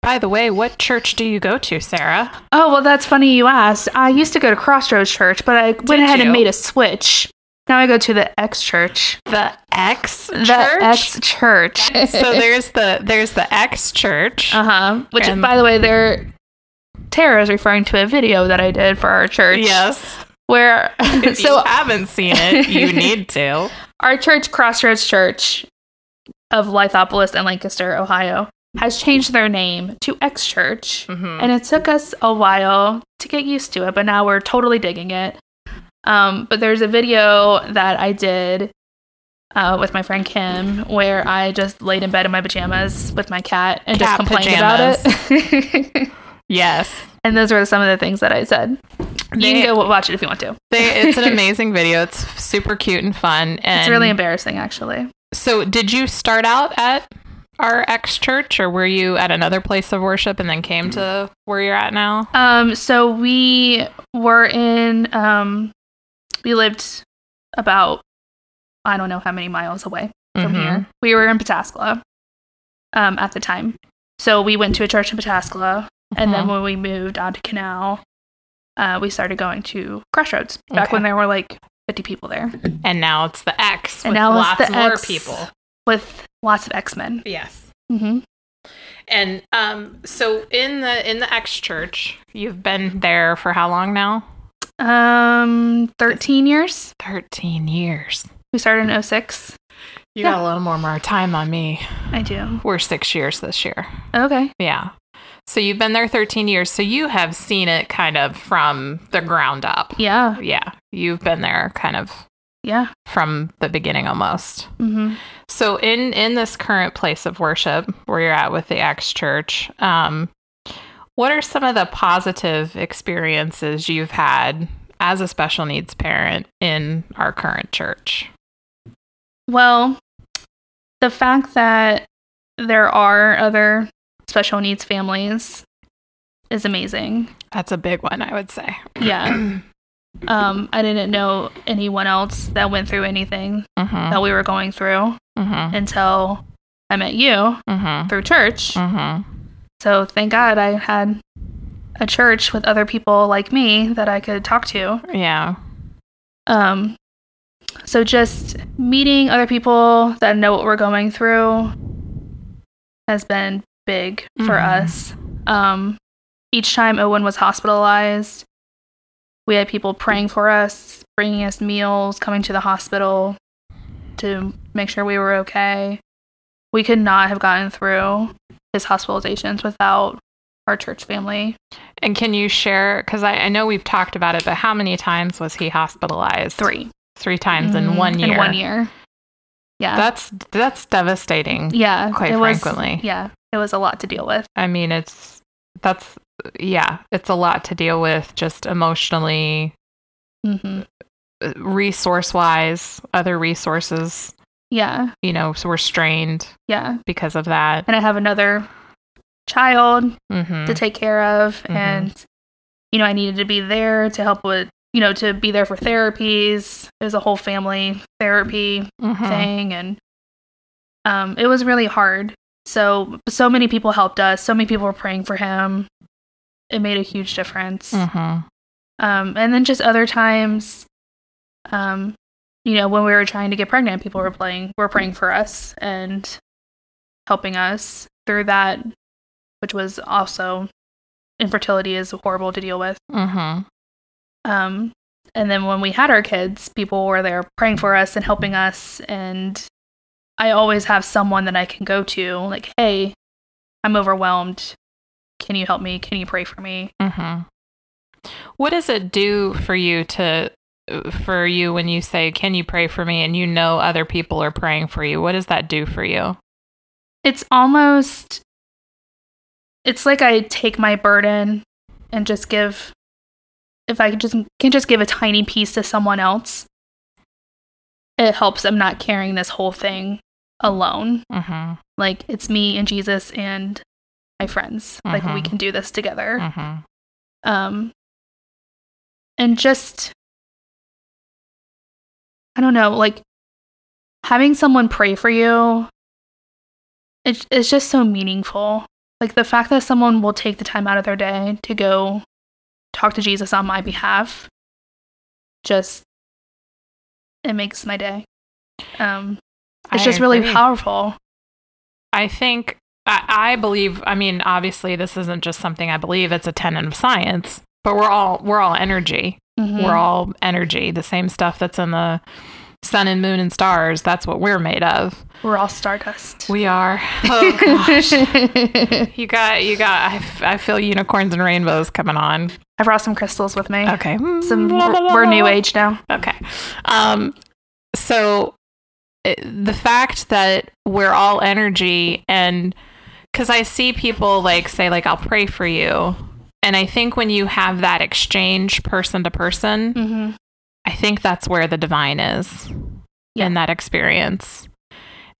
A: by the way, what church do you go to, Sarah?
B: Oh, well, that's funny you asked. I used to go to Crossroads Church, but I went ahead
A: you?
B: and made a switch. Now I go to the X Church.
A: The X Church.
B: The X Church.
A: so there's the there's the X Church.
B: uh huh. Which,
A: And-
B: by the way, there. Tara is referring to a video that I did for our church.
A: Yes.
B: Where
A: If you
B: so
A: haven't seen it, you need to.
B: our church, Crossroads Church of Lithopolis and Lancaster, Ohio, has changed their name to X Church.
A: Mhm.
B: and it took us a while to get used to it but now we're totally digging it um, but there's a video that i did uh, with my friend kim where i just laid in bed in my pajamas with my cat and
A: Cat
B: just complained about it
A: Yes.
B: and those were some of the things that i said you
A: They-
B: can go wa- watch it if you want to
A: They, it's an amazing video. It's super cute and fun. And
B: it's really embarrassing actually
A: So, did you start out at our ex church, or were you at another place of worship and then came to where you're at now?
B: um, so we were in um, we lived about i don't know how many miles away
A: Mm-hmm.
B: from here. We were in Pataskala um, at the time. So we went to a church in Pataskala. And then when we moved on to Canal, uh, we started going to Crossroads back
A: Okay.
B: when there were like 50 people there
A: and now it's the X
B: And
A: with
B: now it's
A: lots
B: the
A: more
B: X.
A: people.
B: with lots of X Men.
A: Yes.
B: Mm-hmm.
A: And um, so in the in the ex church, you've been there for how long now?
B: Um, 13 years.
A: 13 years.
B: We started in 06.
A: You
B: Yeah.
A: got a little more, more time on me.
B: I do.
A: We're six years this year.
B: Okay.
A: Yeah. So you've been there 13 years. So you have seen it kind of from the ground up.
B: Yeah.
A: Yeah. You've been there kind of
B: Yeah.
A: from the beginning almost.
B: Mm-hmm.
A: So in in this current place of worship where you're at with the Acts Church, um, what are some of the positive experiences you've had as a special needs parent in our current church?
B: Well, the fact that there are other special needs families is amazing.
A: That's a big one, I would say.
B: Yeah. Um, I didn't know anyone else that went through anything
A: Mm-hmm.
B: that we were going through
A: Mm-hmm.
B: until I met you
A: Mm-hmm.
B: through church.
A: Mm-hmm.
B: So thank God I had a church with other people like me that I could talk to.
A: Yeah.
B: Um, so just meeting other people that know what we're going through has been big for
A: Mhm.
B: us. Um, each time Owen was hospitalized, we had people praying for us, bringing us meals, coming to the hospital to make sure we were okay. We could not have gotten through his hospitalizations without our church family.
A: And can you share? Because I, I know we've talked about it, but how many times was he hospitalized?
B: Three Mm,
A: Three times in one year.
B: In one year. Yeah.
A: That's that's devastating.
B: yeah
A: quite
B: it was-
A: frequently.
B: yeah it was a lot to deal with
A: I mean, it's that's yeah, it's a lot to deal with just emotionally, Mm-hmm.
B: hmm
A: resource wise, other resources,
B: yeah
A: you know, so we're strained
B: yeah
A: because of that.
B: and i have another child
A: Mm-hmm.
B: to take care of
A: Mhm.
B: and you know i needed to be there to help with you know to be there for therapies it was a whole family therapy
A: Mm-hmm.
B: thing and um it was really hard so so many people helped us so many people were praying for him it made a huge difference
A: hmm
B: Um, and then just other times, um, you know, when we were trying to get pregnant, people were playing, were praying for us and helping us through that, which was also infertility is horrible to deal with.
A: hmm
B: Um, and then when we had our kids, people were there praying for us and helping us. And I always have someone that I can go to, like, hey, I'm overwhelmed. Can you help me? Can you pray for me?
A: hmm What does it do for you to for you when you say, "Can you pray for me?" and you know other people are praying for you? What does that do for you?
B: it's almost it's like i take my burden and just give if i could just can just give a tiny piece to someone else it helps i'm not carrying this whole thing alone
A: hmm
B: like it's me and jesus and my friends like we
A: Mhm.
B: can do this together
A: hmm
B: um and just i don't know like having someone pray for you it's, it's just so meaningful like the fact that someone will take the time out of their day to go talk to jesus on my behalf just it makes my day um it's
A: I
B: just really
A: agree.
B: powerful
A: I think I, I believe. I mean, obviously, this isn't just something I believe; it's a tenet of science. But we're all we're all energy.
B: Mhm.
A: We're all energy. The same stuff that's in the sun and moon and stars. That's what we're made of.
B: we're all stardust
A: We are. Oh gosh. You got, you got. I, f- I feel unicorns and rainbows coming on.
B: i brought some crystals with me
A: Okay,
B: some
A: Blah, blah, blah,
B: we're new
A: blah.
B: age now
A: Okay. Um, so it, the fact that we're all energy and because I see people like say like I'll pray for you, and I think when you have that exchange person to person,
B: mm-hmm.
A: I think that's where the divine is
B: Yeah.
A: in that experience.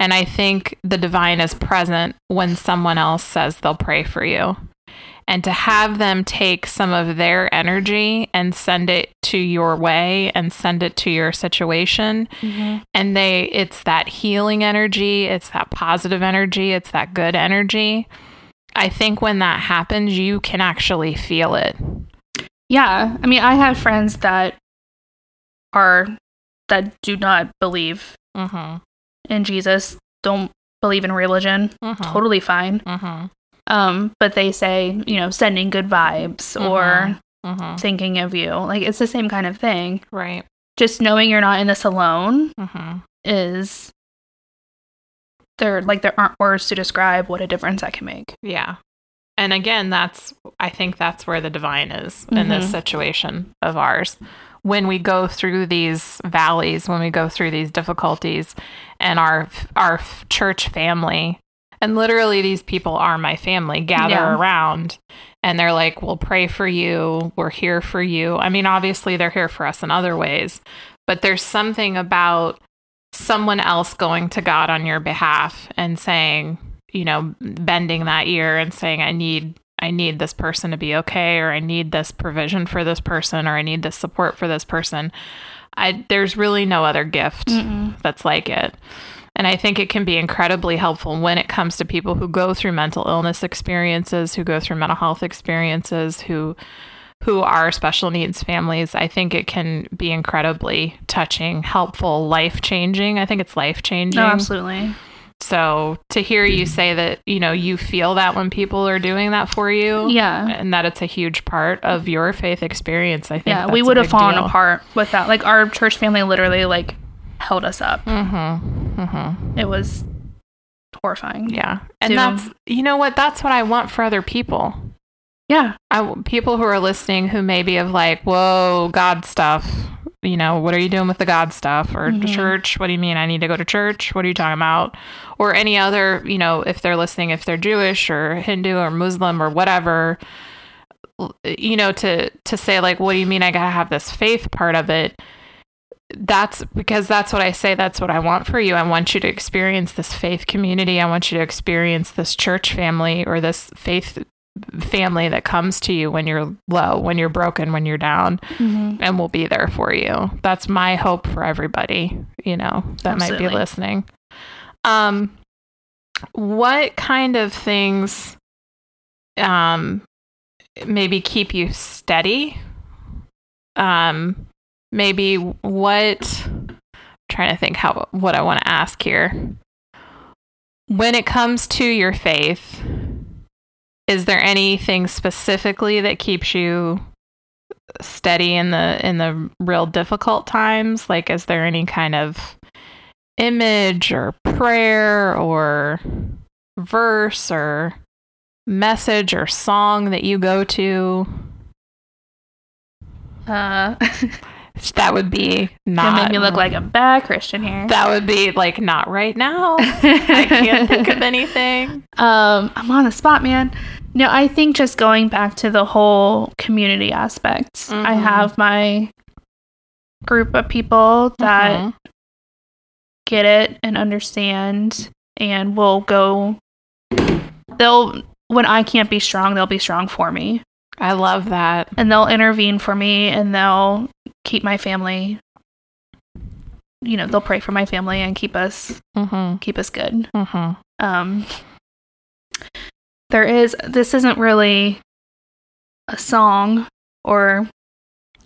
A: And I think the divine is present when someone else says they'll pray for you. And to have them take some of their energy and send it to your way and send it to your situation.
B: mm-hmm.
A: And they it's that healing energy, it's that positive energy, it's that good energy. I think when that happens, you can actually feel it.
B: Yeah, I mean, I have friends that are that do not believe
A: Mhm.
B: in Jesus, don't believe in religion.
A: Mhm.
B: Totally fine.
A: Mhm.
B: Um, but they say, you know, sending good vibes or
A: Mhm.
B: thinking of you. Like it's the same kind of thing.
A: Right.
B: Just knowing you're not in this alone
A: Mhm.
B: is there like there aren't words to describe what a difference that can make.
A: Yeah. And again, that's I think that's where the divine is in this situation of ours. When we go through these valleys, when we go through these difficulties, and our our f- church family, and literally these people are my family, gather
B: Yeah.
A: around, and they're like, "We'll pray for you. We're here for you." I mean, obviously they're here for us in other ways, but there's something about someone else going to God on your behalf and saying, you know, bending that ear and saying, I need, I need this person to be okay, or I need this provision for this person, or I need this support for this person. I, there's really no other gift that's like it. And I think it can be incredibly helpful when it comes to people who go through mental illness experiences, who go through mental health experiences, who who are special needs families. I think it can be incredibly touching, helpful, life-changing. I think it's life-changing.
B: No, absolutely.
A: So to hear you
B: Mm-hmm.
A: say that, you know, you feel that when people are doing that for
B: Oh.
A: you
B: Yeah.
A: and that it's a huge part of your faith experience, I think
B: Yeah,
A: that's
B: we
A: a
B: would have
A: big
B: fallen
A: deal.
B: apart without like our church family literally like held us up.
A: Mhm. Mhm.
B: It was horrifying.
A: Yeah. And
B: to-
A: that's you know what? That's what I want for other people.
B: Yeah.
A: I w people who are listening who maybe have like, whoa, God stuff. You know, what are you doing with the God stuff or
B: Mhm.
A: church? What do you mean? I need to go to church. What are you talking about? Or any other, you know, if they're listening, if they're Jewish or Hindu or Muslim or whatever, l- you know, to to say like, what do you mean? I gotta have this faith part of it that's because that's what I say. That's what I want for you. I want you to experience this faith community. I want you to experience this church family or this faith family that comes to you when you're low, when you're broken, when you're down, and will be there for you. That's my hope for everybody, you know, that might be
B: Absolutely.
A: listening. Um, what kind of things, um, maybe keep you steady? Um, maybe what I'm trying to think how what I want to ask here. When it comes to your faith, is there anything specifically that keeps you steady in the in the real difficult times? Like is there any kind of image or prayer or verse or message or song that you go to
B: Uh,
A: that would be
B: that
A: not
B: made me look like a bad Christian here.
A: That would be like not right now. I
B: I
A: can't think of anything.
B: Um, I'm on the spot, man. No, I think just going back to the whole community aspect, I
A: Mhm.
B: have my group of people that
A: Mhm.
B: get it and understand and will go. They'll, when I can't be strong, they'll be strong for me
A: I love that.
B: and they'll intervene for me and they'll keep my family, you know, they'll pray for my family and keep us,
A: Mm-hmm.
B: keep us good.
A: Mm-hmm.
B: um there is this isn't really a song or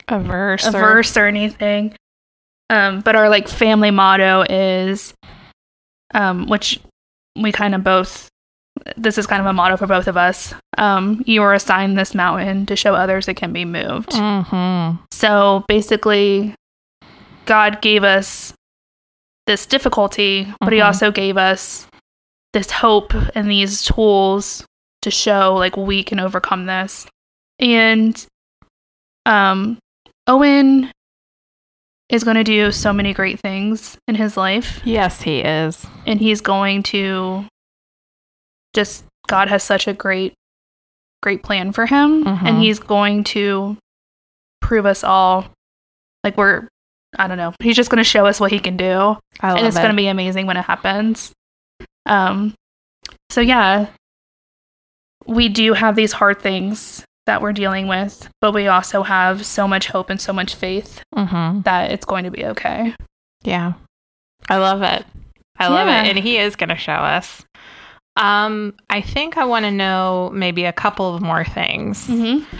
A: A verse.
B: a
A: or-
B: verse or anything um but our like family motto is um which we kind of both this is kind of a motto for both of us um you are assigned this mountain to show others it can be moved
A: Mhm.
B: so basically, God gave us this difficulty, but He
A: Mhm.
B: also gave us this hope and these tools to show like we can overcome this. And um, Owen is going to do so many great things in his life,
A: Yes, he is.
B: and he's going to just God has such a great, great plan for him,
A: Mhm.
B: and he's going to prove us all like we're. I don't know. He's just going to show us what he can do,
A: I love
B: and it's
A: it.
B: going to be amazing when it happens. Um, so yeah, we do have these hard things that we're dealing with, but we also have so much hope and so much faith
A: hmm
B: that it's going to be okay.
A: Yeah. I love it. I love
B: Yeah.
A: it. And he is going to show us. Um, I think I want to know maybe a couple of more things.
B: Mm-hmm.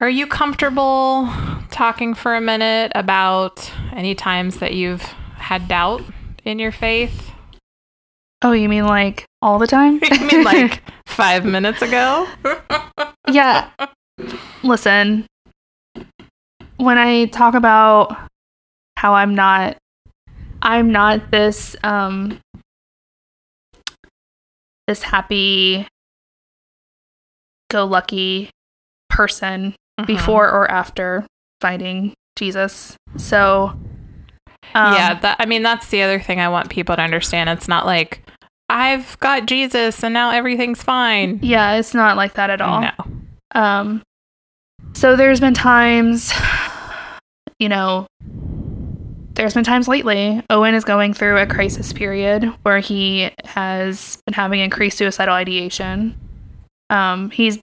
A: Are you comfortable talking for a minute about any times that you've had doubt in your faith?
B: Oh, you mean like all the time?
A: you mean like five minutes ago?
B: yeah Listen, when I talk about how I'm not, I'm not this, um, this happy, go lucky person
A: Mm-hmm.
B: before or after finding Jesus. So, um,
A: yeah, that, I mean that's the other thing I want people to understand. It's not like I've got Jesus and now everything's fine.
B: yeah, it's not like that at all.
A: No.
B: Um, so there's been times, you know, there's been times lately. Owen is going through a crisis period where he has been having increased suicidal ideation. Um, he's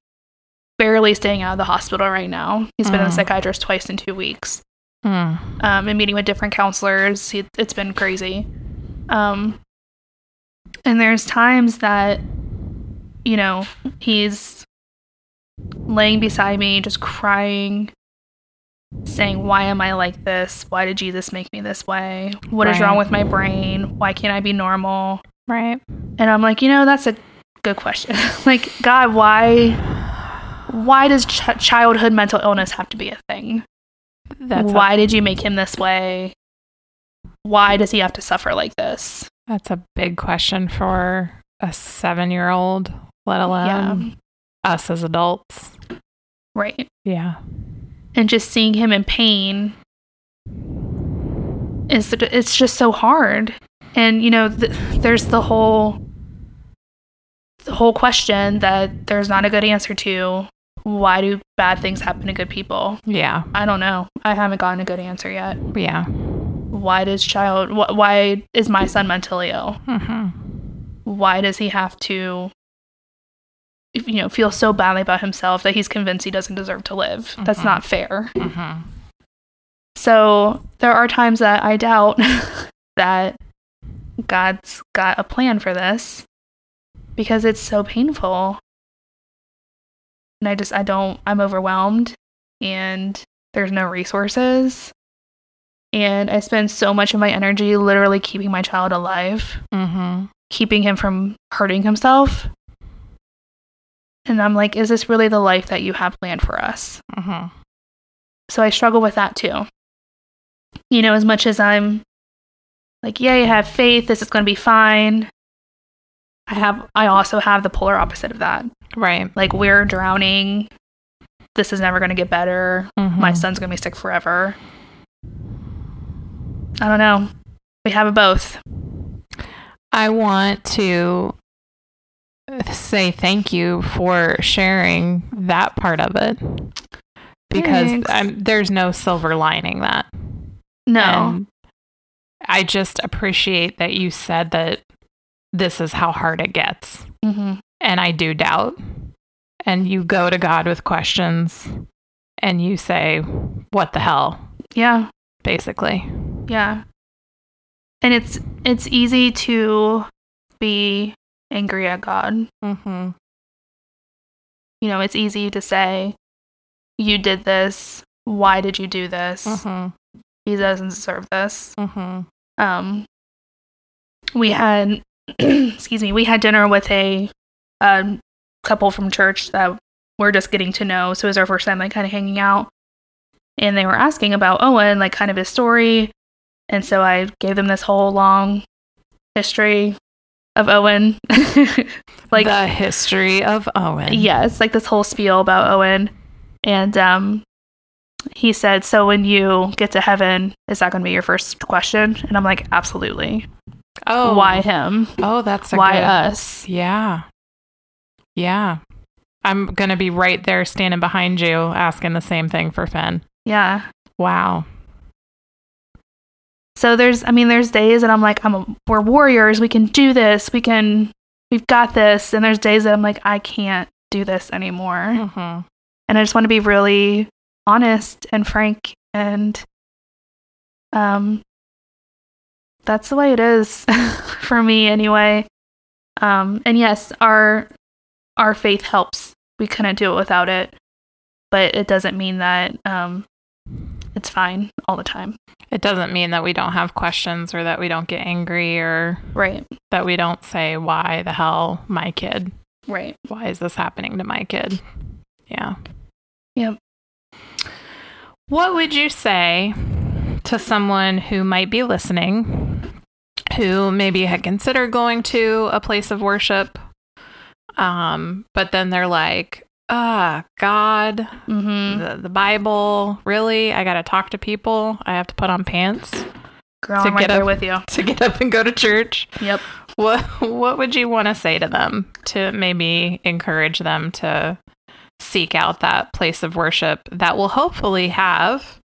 B: barely staying out of the hospital right now. He's been in the
A: Mm.
B: psychiatrist twice in two weeks
A: Mm.
B: um, and meeting with different counselors. It, it's been crazy. Um, and there's times that, you know, he's laying beside me, just crying, saying, Why am I like this? Why did Jesus make me this way? What is
A: Right.
B: wrong with my brain? Why can't I be normal?
A: Right.
B: And I'm like, You know, that's a good question. like, God, why? Why does ch- childhood mental illness have to be a thing?
A: That's
B: why
A: a,
B: did you make him this way? Why does he have to suffer like this?
A: that's a big question for a seven year old, let alone us as adults.
B: Right.
A: Yeah.
B: And just seeing him in pain is it's just so hard. And you know, th- there's the whole the whole question that there's not a good answer to. Why do bad things happen to good people?
A: Yeah.
B: I don't know. I haven't gotten a good answer yet.
A: Yeah.
B: Why does child? Wh- why is my son mentally ill?
A: hmm
B: why does he have to you know feel so badly about himself that he's convinced he doesn't deserve to live that's
A: Mhm.
B: not fair
A: hmm
B: so there are times that i doubt that god's got a plan for this because it's so painful and i just i don't i'm overwhelmed and there's no resources and i spend so much of my energy literally keeping my child alive
A: hmm
B: keeping him from hurting himself. And I'm like, is this really the life that you have planned for us?
A: hmm
B: So I struggle with that too. You know, as much as I'm like, yay, I have faith, this is going to be fine. I have, I also have the polar opposite of that.
A: Right.
B: Like, we're drowning. This is never going to get better.
A: Mhm.
B: My son's going to be sick forever. I don't know. We have it both.
A: I want to say thank you for sharing that part of it because
B: Thanks.
A: um, there's no silver lining that.
B: No.
A: And I just appreciate that you said that this is how hard it gets.
B: hmm
A: And I do doubt. And you go to God with questions and you say, What the hell?
B: Yeah.
A: basically.
B: Yeah. And it's it's easy to be angry at God.
A: Mm-hmm.
B: You know, it's easy to say you did this. Why did you do this?
A: Mm-hmm.
B: He doesn't deserve this.
A: Mm-hmm.
B: Um we had excuse me, we had dinner with a um couple from church that we're just getting to know. So it was our first time like kind of hanging out. And they were asking about Owen, like kind of his story. And so I gave them this whole long history of Owen. like
A: the history of Owen.
B: yes, like this whole spiel about Owen. And um he said, So when you get to heaven, is that gonna be your first question? And I'm like, Absolutely.
A: Oh,
B: Why him?
A: Oh, that's a
B: Why
A: good-
B: us?
A: Yeah, yeah. I'm gonna be right there, standing behind you, asking the same thing for Finn.
B: Yeah.
A: Wow.
B: So there's, I mean, there's days that I'm like, I'm a, we're warriors. We can do this. We can, we've got this. And there's days that I'm like, I can't do this anymore.
A: Mm-hmm.
B: And I just want to be really honest and frank. And, um, that's the way it is for me anyway. Um, and yes, our, our faith helps. We couldn't do it without it, but it doesn't mean that, um, it's fine all the time.
A: It doesn't mean that we don't have questions or that we don't get angry or
B: Right.
A: that we don't say, "Why the hell, my kid?
B: Right.
A: Why is this happening to my kid?" Yeah.
B: Yep.
A: What would you say to someone who might be listening, who maybe had considered going to a place of worship, um, but then they're like, ah, God,
B: Mm-hmm.
A: the, the Bible, really? I got to talk to people. I have to put on pants
B: Girl,
A: To
B: I'm right
A: get
B: there
A: up-
B: with you.
A: to get up and go to church.
B: Yep.
A: What What would you want to say to them to maybe encourage them to seek out that place of worship that will hopefully have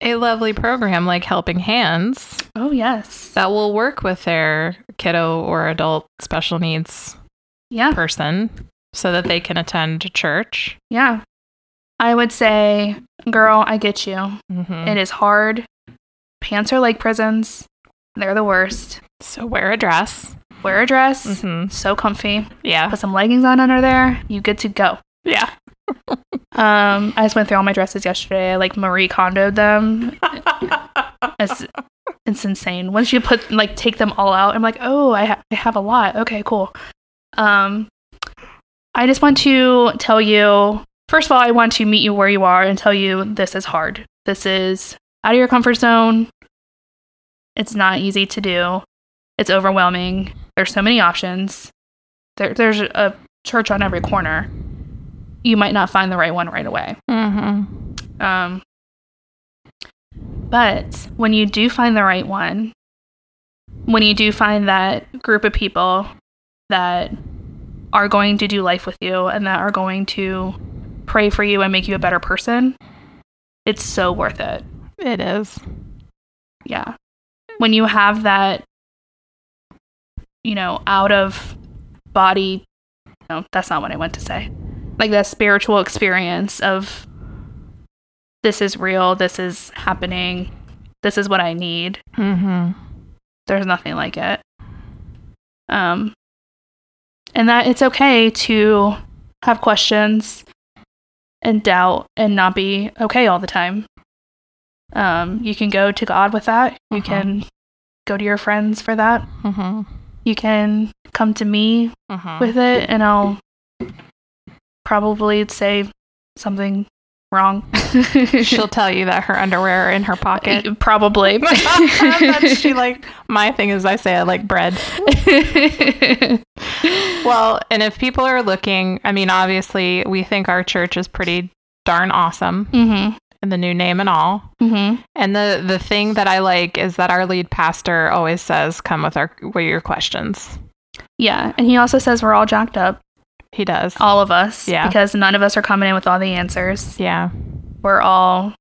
A: a lovely program like Helping Hands
B: Oh yes.
A: that will work with their kiddo or adult special needs
B: Yeah.
A: person so that they can attend church?
B: Yeah. I would say, girl, I get you.
A: Mm-hmm.
B: It is hard. Pants are like prisons. They're the worst.
A: So wear a dress.
B: Wear a dress.
A: Mm-hmm. Ah.
B: So comfy.
A: Yeah.
B: Put some leggings on under there. You good to go.
A: Yeah.
B: Um, I just went through all my dresses yesterday. I like Marie Kondoed them. It's, it's insane. Once you put like take them all out, I'm like, oh, I, ha- I have a lot. Okay, cool. Um, I just want to tell you. First of all, I want to meet you where you are and tell you this is hard. This is out of your comfort zone. It's not easy to do. It's overwhelming. There's so many options. There, there's a church on every corner. You might not find the right one right away.
A: Mm-hmm.
B: Um, but when you do find the right one, when you do find that group of people that are going to do life with you and that are going to pray for you and make you a better person, it's so worth it.
A: It is.
B: Yeah. When you have that, you know, out of body, no, that's not what I meant to say. Like that spiritual experience of this is real, this is happening, this is what I need.
A: Mm-hmm.
B: There's nothing like it. Um, and that it's okay to have questions and doubt and not be okay all the time. Um, you can go to God with that. You
A: Uh-huh.
B: can go to your friends for that.
A: Mm-hmm.
B: You can come to me
A: Mm-hmm.
B: with it, and I'll probably say something wrong.
A: She'll tell you that her underwear are in her pocket.
B: probably.
A: That's- she like my thing is I say I like bread. Well, and if people are looking, I mean, obviously we think our church is pretty darn awesome,
B: mm-hmm.
A: and the new name and all.
B: Mm-hmm.
A: And the the thing that I like is that our lead pastor always says, "Come with our with your questions."
B: Yeah, and he also says we're all jacked up,
A: He does.
B: all of us,
A: Yeah.
B: because none of us are coming in with all the answers.
A: Yeah.
B: We're all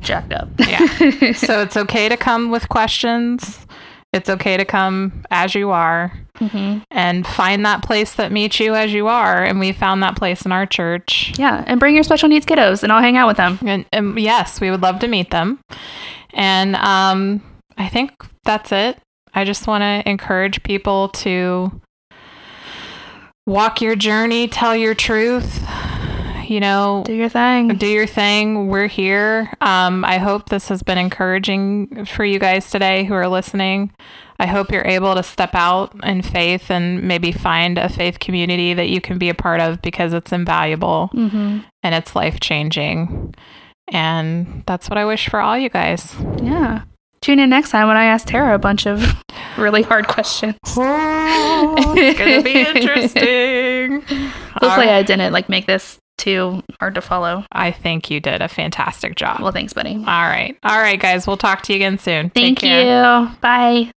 B: jacked up.
A: Yeah. So it's okay to come with questions. It's okay to come as you are.
B: Mhm.
A: and find that place that meets you as you are. And we found that place in our church.
B: Yeah, and bring your special needs kiddos, and I'll hang out with them.
A: And, and yes, we would love to meet them. And um, I think that's it. I just want to encourage people to walk your journey, tell your truth, you know,
B: Do your thing.
A: do your thing. We're here. Um, I hope this has been encouraging for you guys today who are listening. I hope you're able to step out in faith and maybe find a faith community that you can be a part of because it's invaluable
B: hmm
A: and it's life changing. And that's what I wish for all you guys.
B: Yeah. Tune in next time when I ask Tara a bunch of really hard questions.
A: Oh, it's gonna be interesting.
B: Hopefully,
A: All right.
B: I didn't like make this too hard to follow.
A: I think you did a fantastic job.
B: Well, thanks, buddy.
A: All right. All right, guys. We'll talk to you again soon. Take
B: Thank
A: care.
B: you. Bye.